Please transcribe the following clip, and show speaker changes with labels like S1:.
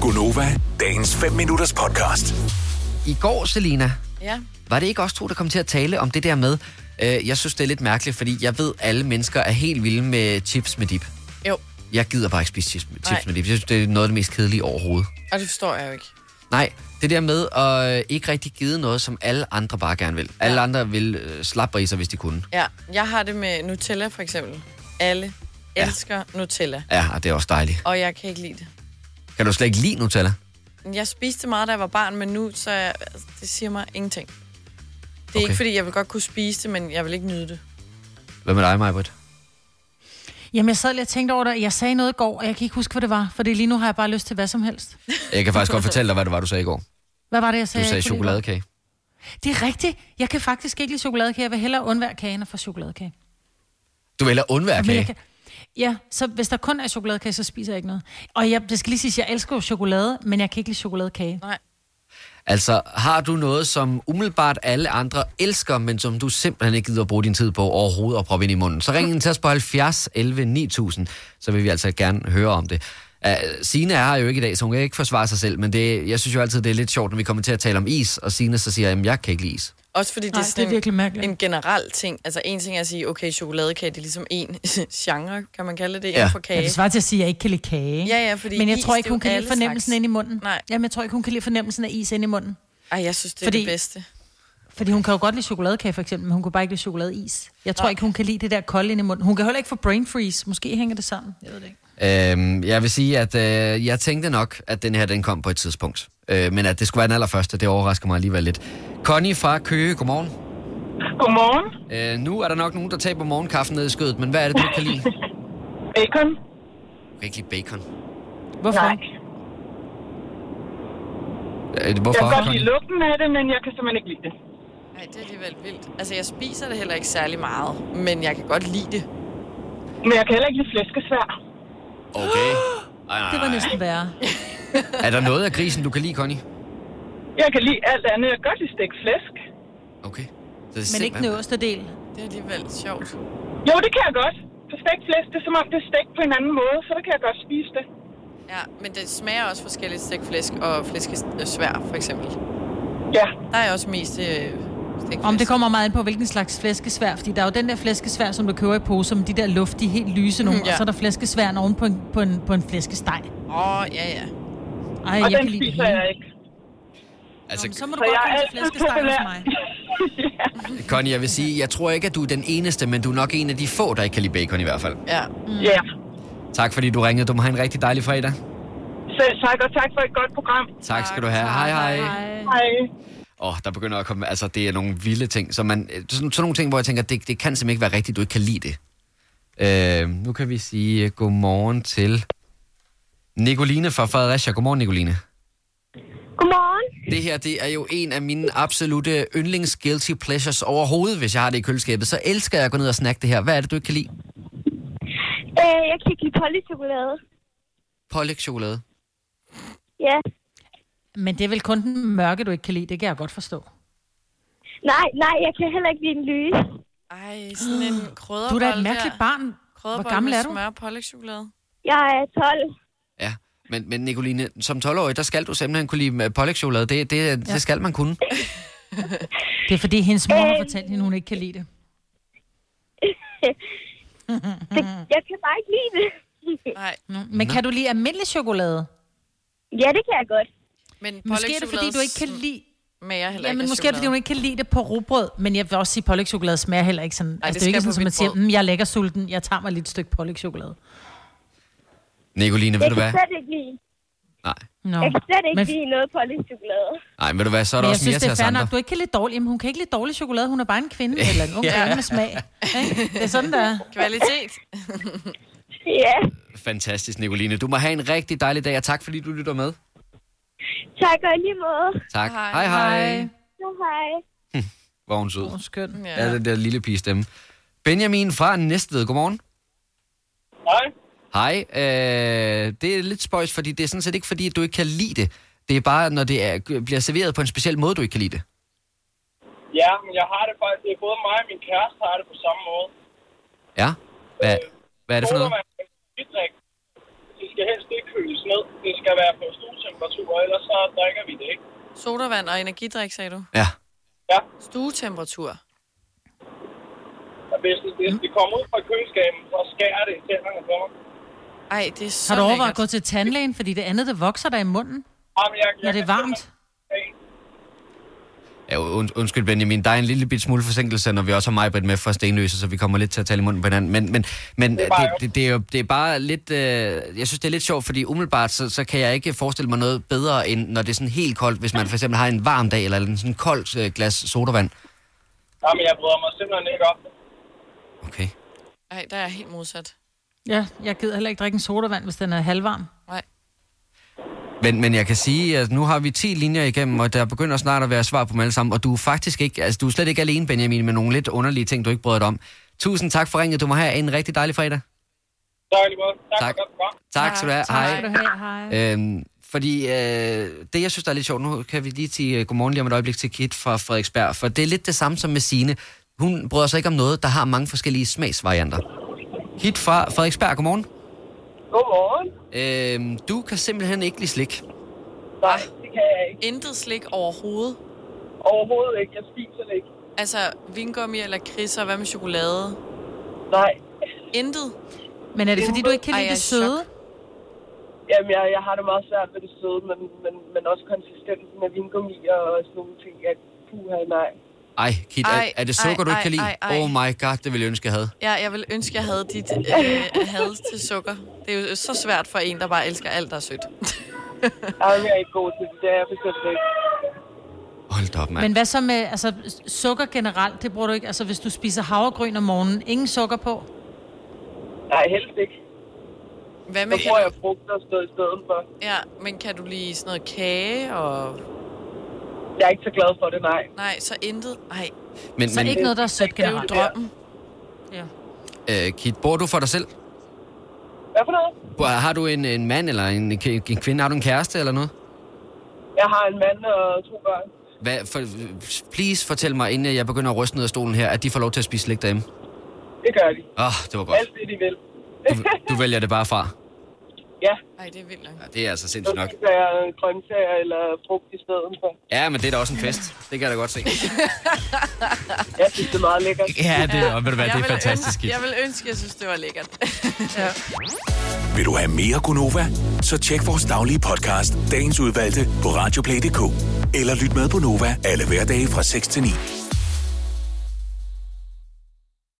S1: Gunova, dagens 5 minutters podcast.
S2: I går, Selina,
S3: Ja.
S2: var det ikke også to, der kom til at tale om det der med, øh, jeg synes, det er lidt mærkeligt, fordi jeg ved, alle mennesker er helt vilde med chips med dip.
S3: Jo,
S2: Jeg gider bare ikke spise chips,
S3: Nej.
S2: chips med dip. Jeg synes, det er noget af det mest kedelige overhovedet.
S3: og det forstår jeg jo ikke.
S2: Nej, det der med at øh, ikke rigtig give noget, som alle andre bare gerne vil. Alle andre vil øh, slappe sig, hvis de kunne.
S3: Ja, jeg har det med Nutella for eksempel. Alle elsker ja. Nutella,
S2: Ja, og det er også dejligt.
S3: og jeg kan ikke lide det.
S2: Kan du slet ikke lide Nutella?
S3: Jeg spiste meget, da jeg var barn, men nu, så jeg, altså, det siger mig ingenting. Det er okay.
S2: Okay.
S3: ikke, fordi jeg vil godt kunne spise det, men jeg vil ikke nyde det.
S2: Hvad med dig, Majbert?
S4: Jamen, jeg sad lige og tænkte over det. Jeg sagde noget i går, og jeg kan ikke huske, hvad det var. For lige nu har jeg bare lyst til hvad som helst.
S2: Jeg kan faktisk godt fortælle dig, hvad det var, du sagde i går.
S4: Hvad var det, jeg
S2: Du
S4: sagde?
S2: sagde
S4: jeg kunne lide?
S2: chokoladekage.
S4: Det er rigtigt. Jeg kan faktisk ikke lide chokoladekage. Jeg vil hellere undvære kagen og få chokoladekage.
S2: Du vælger undvære
S4: Men jeg
S2: kage.
S4: kan- Ja, så hvis der kun er chokoladekage, så spiser jeg ikke noget. Og jeg, det skal lige sige, jeg elsker jo chokolade, men jeg kan ikke lide chokoladekage.
S3: Nej.
S2: Altså, har du noget, som umiddelbart alle andre elsker, men som du simpelthen ikke gider at bruge din tid på overhovedet og proppe ind i munden, så ring ind til os på 70 11 9000, så vil vi altså gerne høre om det. Uh, Sine er her jo ikke i dag, så hun kan ikke forsvare sig selv, men det, jeg synes jo altid, det er lidt sjovt, når vi kommer til at tale om is, og Sine så siger, at jeg kan ikke lide is.
S3: Også fordi det
S4: Nej,
S3: er sådan
S4: det er virkelig
S3: en,
S4: mærkeligt.
S3: en generel ting. Altså en ting er at sige, okay, chokoladekage, det er ligesom en genre, kan man kalde det,
S2: Ja.
S3: inden for
S4: Ja,
S3: kage.
S4: det svarer til at sige, at jeg ikke kan lide kage.
S3: Ja, ja, fordi
S4: men jeg
S3: is,
S4: tror
S3: det er
S4: ikke, hun
S3: jo
S4: kan lide
S3: alle
S4: fornemmelsen
S3: slags.
S4: ind i munden.
S3: Nej.
S4: Jamen, jeg tror ikke, hun kan lide fornemmelsen af is ind i munden.
S3: Ej, jeg synes, det er
S4: Fordi-
S3: det bedste.
S4: Fordi hun kan jo godt lide chokoladekage, for eksempel, men hun kan bare ikke lide chokoladeis. Jeg tror ikke, hun kan lide det der kolde ind i munden. Hun kan heller ikke få brain freeze. Måske hænger det sammen. Jeg ved det ikke.
S2: Øhm, jeg vil sige, at øh, jeg tænkte nok, at den her den kom på et tidspunkt. Øh, men at det skulle være den allerførste, det overrasker mig alligevel lidt. Connie fra Køge, godmorgen.
S5: Godmorgen.
S2: Øh, nu er der nok nogen, der taber morgenkaffen ned i skødet, men hvad er det, du ikke kan lide?
S5: Bacon?
S2: Rigtig bacon.
S4: Hvorfor?
S5: Nej.
S2: Øh,
S5: Jeg
S2: Hvorfor?
S5: kan godt lide
S2: Connie?
S5: lugten af det, men jeg kan simpelthen ikke lide det.
S3: Nej, det er alligevel vildt. Altså, jeg spiser det heller ikke særlig meget, men jeg kan godt lide det.
S5: Men jeg kan heller ikke lide flæskesvær.
S2: Okay. Ej, nej,
S4: Det var
S2: nej.
S4: næsten værre.
S2: Er der noget af grisen, du kan lide, Connie?
S5: Jeg kan lide alt andet. Jeg kan godt lide stegt flæsk.
S2: Okay. Så det er
S4: Men ikke
S2: simpelthen-
S4: den øverste del.
S3: Det er alligevel sjovt.
S5: Jo, det kan jeg godt. For stegt flæsk, det er som om, det er stegt på en anden måde, så der kan jeg godt spise det.
S3: Ja, men det smager også forskelligt stegt flæsk og flæskesvær, for eksempel.
S5: Ja.
S3: Der er også mest øh, stegt
S4: Om det
S3: flæsk.
S4: kommer meget ind på, hvilken slags flæskesvær. Fordi der er jo den der flæskesvær, som du køber i pose, med de der luftige, helt lyse
S5: Mm,
S4: nogle.
S3: Ja.
S4: Ja. Og så er der flæskesværen oven på en, på en, på en flæskesteg.
S3: Åh, oh, ja, ja.
S4: Ej, jeg
S5: Og den
S4: kan lide det
S5: spiser
S4: hele.
S5: jeg ikke.
S4: Nå, men så
S2: Altså,
S4: må du
S5: Så jeg
S4: godt komme
S5: er
S4: til
S5: altid
S4: flæskesteg hos
S5: populær.
S4: mig.
S2: Connie, jeg vil sige, jeg tror ikke, at du er den eneste, men du er nok en af de få, der ikke kan lide bacon i hvert fald.
S3: ja.
S4: Mm.
S5: Ja.
S2: Tak fordi du ringede. Du må have en rigtig dejlig fredag.
S5: Selv tak, og tak for et godt program.
S2: Tak skal du have. Hej, hej.
S5: Hej.
S2: Åh, oh, der begynder at komme... Altså, det er nogle vilde ting. Så man, øh, sådan, sådan nogle ting, hvor jeg tænker, det, det kan simpelthen ikke være rigtigt, du ikke kan lide det. Øh, nu kan vi sige øh, godmorgen til Nicoline fra Fredericia. Godmorgen, Nicoline.
S5: Godmorgen.
S2: Det her, det er jo en af mine absolute yndlings guilty pleasures overhovedet, hvis jeg har det i køleskabet. Så elsker jeg at gå ned og snakke det her. Hvad er det, du ikke kan lide?
S6: Øh, jeg kan ikke lide polychokolade.
S2: Pålægtschokolade.
S6: Ja.
S4: Men det er vel kun den mørke, du ikke kan lide. Det kan jeg godt forstå.
S6: Nej, nej, jeg kan heller ikke lide en lyse.
S3: Ej, sådan en krydderbold
S4: Du er da et mærkeligt
S3: der.
S4: barn. Hvor gammel er du?
S3: Smør og pålægtschokolade.
S6: Jeg er 12.
S2: Ja, men, men Nicoline, som 12-årig, der skal du simpelthen kunne lide øh, pålægtschokolade. Det, det, ja. det skal man kunne.
S4: Det er fordi, hendes mor har
S6: Øh.
S4: fortalt hende, hun ikke kan lide det.
S6: Det,
S2: Mm-hmm.
S6: jeg kan bare ikke lide det.
S3: Nej,
S4: Men kan du lide almindelig chokolade?
S6: ja, det kan jeg godt.
S3: men
S4: Måske er det, fordi du ikke kan lide...
S3: Mager heller
S4: Ja, men
S3: ikke
S4: måske er det, fordi hun ikke kan lide det på rugbrød. Men jeg vil også sige, at pålægtschokolade smager heller ikke sådan. Ej, altså,
S3: det
S4: det, er jo
S3: skal
S4: ikke
S3: på
S4: sådan, at man
S3: mit
S4: siger,
S3: brød.
S4: mm, jeg er lækker sulten, jeg tager mig lige et stykke pålægtschokolade.
S2: Nicoline, ved
S6: Jeg
S2: du
S6: kan
S2: hvad?
S6: slet ikke lide.
S2: Nej.
S4: Nå.
S6: Jeg kan slet ikke
S4: Men,
S6: lide noget polychokolade.
S2: Nej, ved du hvad, så er der
S4: men jeg
S2: også mere
S4: synes,
S2: til
S4: det er
S2: os
S4: fair
S2: andre.
S4: nok. Du ikke kan lide dårlig. Jamen, hun kan ikke lide dårlig chokolade. Hun er bare en kvinde eller en ung
S2: Ja.
S4: kvinde med smag. Ikke? Det er sådan, der er.
S3: Kvalitet.
S6: Ja,
S2: Fantastisk, Nicoline. Du må have en rigtig dejlig dag, og tak fordi du lytter med.
S6: tak og i lige måde.
S2: Tak.
S3: Hej.
S2: hej. hej.
S6: Så hej.
S2: Hvor er hun sød.
S4: Åh, skøn.
S2: Ja. ja, den der lille pige stemme. Benjamin fra Næstved, godmorgen.
S5: Hej.
S2: Hej. Øh, det er lidt spøjs, fordi det er sådan set ikke, fordi du ikke kan lide det. Det er bare, når det er, bliver serveret på en speciel måde, du ikke kan lide det.
S5: Ja, men jeg har det faktisk. Det er både mig og min kæreste har det på samme måde.
S2: Ja? Hvad, hvad er det for noget?
S5: Sodavand, skal helst ikke køles ned. Det skal være på stuetemperatur. drikker vi det, ikke?
S3: Sodavand og energidrik, sagde du.
S2: Ja.
S5: Ja,
S3: Stuetemperatur.
S5: og hvis det, hvis det kommer ud fra køleskabet, så skærer det i tænderne for mig.
S3: Ej, det er så
S4: Har du overvejet
S3: lækkert.
S4: at gå til tandlægen, fordi det andet, det vokser der i munden,
S5: Jamen, jeg, jeg
S4: når det er
S5: kan
S4: varmt?
S5: simpelthen-
S2: ja und, undskyld, Benjamin, der er en lille bit smule forsinkelse, når vi også har Majbrit med fra Stenløse, så vi kommer lidt til at tale i munden på hinanden. Men, men, men det,
S5: bare
S2: det, det, er jo det er bare lidt... Øh, jeg synes, det er lidt sjovt, fordi umiddelbart, så, så kan jeg ikke forestille mig noget bedre, end når det er sådan helt koldt, hvis man for eksempel har en varm dag, eller en sådan kold øh, glas sodavand.
S5: Jamen, jeg bryder mig simpelthen ikke om det.
S2: Okay.
S3: Ej, der er jeg helt modsat.
S4: Ja, jeg gider heller ikke drikke en sodavand, hvis den er halvvarm.
S3: Nej.
S2: Men, men jeg kan sige, at nu har vi 10 linjer igennem, og der begynder snart at være svar på dem alle sammen. Og du er faktisk ikke, altså du er slet ikke alene, Benjamin, med nogle lidt underlige ting, du ikke brød dig om. Tusind tak for ringet. Du må have en rigtig dejlig fredag.
S5: Så er det godt. Tak,
S2: Tak.
S5: tak. for godt program.
S2: Tak, tak skal du have. Hej.
S4: Skal du have, hej.
S2: Øhm, fordi øh, det, jeg synes, der er lidt sjovt, nu kan vi lige sige øh, godmorgen lige om et øjeblik til Kit fra Frederiksberg, for det er lidt det samme som med Sine. Hun bryder sig ikke om noget, der har mange forskellige smagsvarianter. Kit fra Frederiksberg, godmorgen.
S5: Godmorgen.
S2: Øhm, du kan simpelthen ikke lide slik.
S5: Nej, det kan jeg ikke.
S3: Intet slik overhovedet.
S5: Overhovedet ikke. Jeg spiser det ikke.
S3: Altså, vingummi eller kriser, hvad med chokolade?
S5: Nej.
S3: Intet.
S4: Men er det, fordi du ikke kan
S3: Ej,
S4: lide
S3: jeg
S4: det
S3: er i
S4: søde?
S5: Jamen, jeg, jeg har det meget svært med det søde, men, men, men også konsistensen af vingummi og sådan nogle ting. At, puha, nej.
S2: Ej, Kit, er,
S3: Ej,
S2: er det sukker,
S3: ej,
S2: du ikke kan lide?
S3: ej, ej, ej.
S2: Oh my god, det ville jeg ønske, jeg havde.
S3: Ja, jeg vil ønske, jeg havde dit øh, had til sukker. Det er jo så svært for en, der bare elsker alt, der er sødt.
S5: Jamen, jeg er ikke god til det. Det er jeg bestemt ikke.
S2: Hold da op, mand.
S4: Men hvad så med altså, sukker generelt? Det bruger du ikke. Altså, hvis du spiser havregryn om morgenen, ingen sukker på.
S5: Nej, helst ikke.
S3: Hvad
S5: Så
S3: med,
S5: bruger
S3: kan
S5: jeg
S3: du,
S5: frugt og stød i stedet for.
S3: ja, men kan du lide sådan noget kage og...
S5: Jeg er ikke så glad for det, nej.
S3: Nej, så intet. Ej,
S2: Men,
S4: Så
S2: men,
S4: ikke noget, der er sødt
S3: det er jo
S4: generelt.
S3: drømmen.
S4: Ja.
S2: øh, Kit, bor du for dig selv?
S5: Hvad for noget?
S2: Bor- Har du en, en mand eller en, en kvinde? Har du en kæreste eller noget?
S5: Jeg har en mand og to børn.
S2: Hvad, for, please fortæl mig, inden jeg begynder at ryste ned af stolen her, at de får lov til at spise slik derhjemme.
S5: Det gør de.
S2: Åh, oh, det var godt.
S5: Alt det, de vil.
S2: Du, du vælger det bare fra.
S5: ja,
S3: Ej, det er vildt nok.
S2: Ja, det er altså
S5: så
S2: sindssygt nok.
S5: spiser jeg grøntsager eller frugt i stedet for.
S2: Ja, men det er da også en fest. Det kan jeg da godt se.
S5: Jeg synes, det er meget lækkert.
S7: Ja, det, ja. Ved du hvad,
S3: Jeg
S7: det er
S3: ville
S7: fantastisk.
S3: Ønske, jeg vil ønske, jeg synes, det var lækkert.
S1: Vil du have mere Gunova? Så tjek vores daglige podcast, dagens udvalgte, på radioplay.dk. Eller lyt med på Nova alle hverdage fra 6 til 9.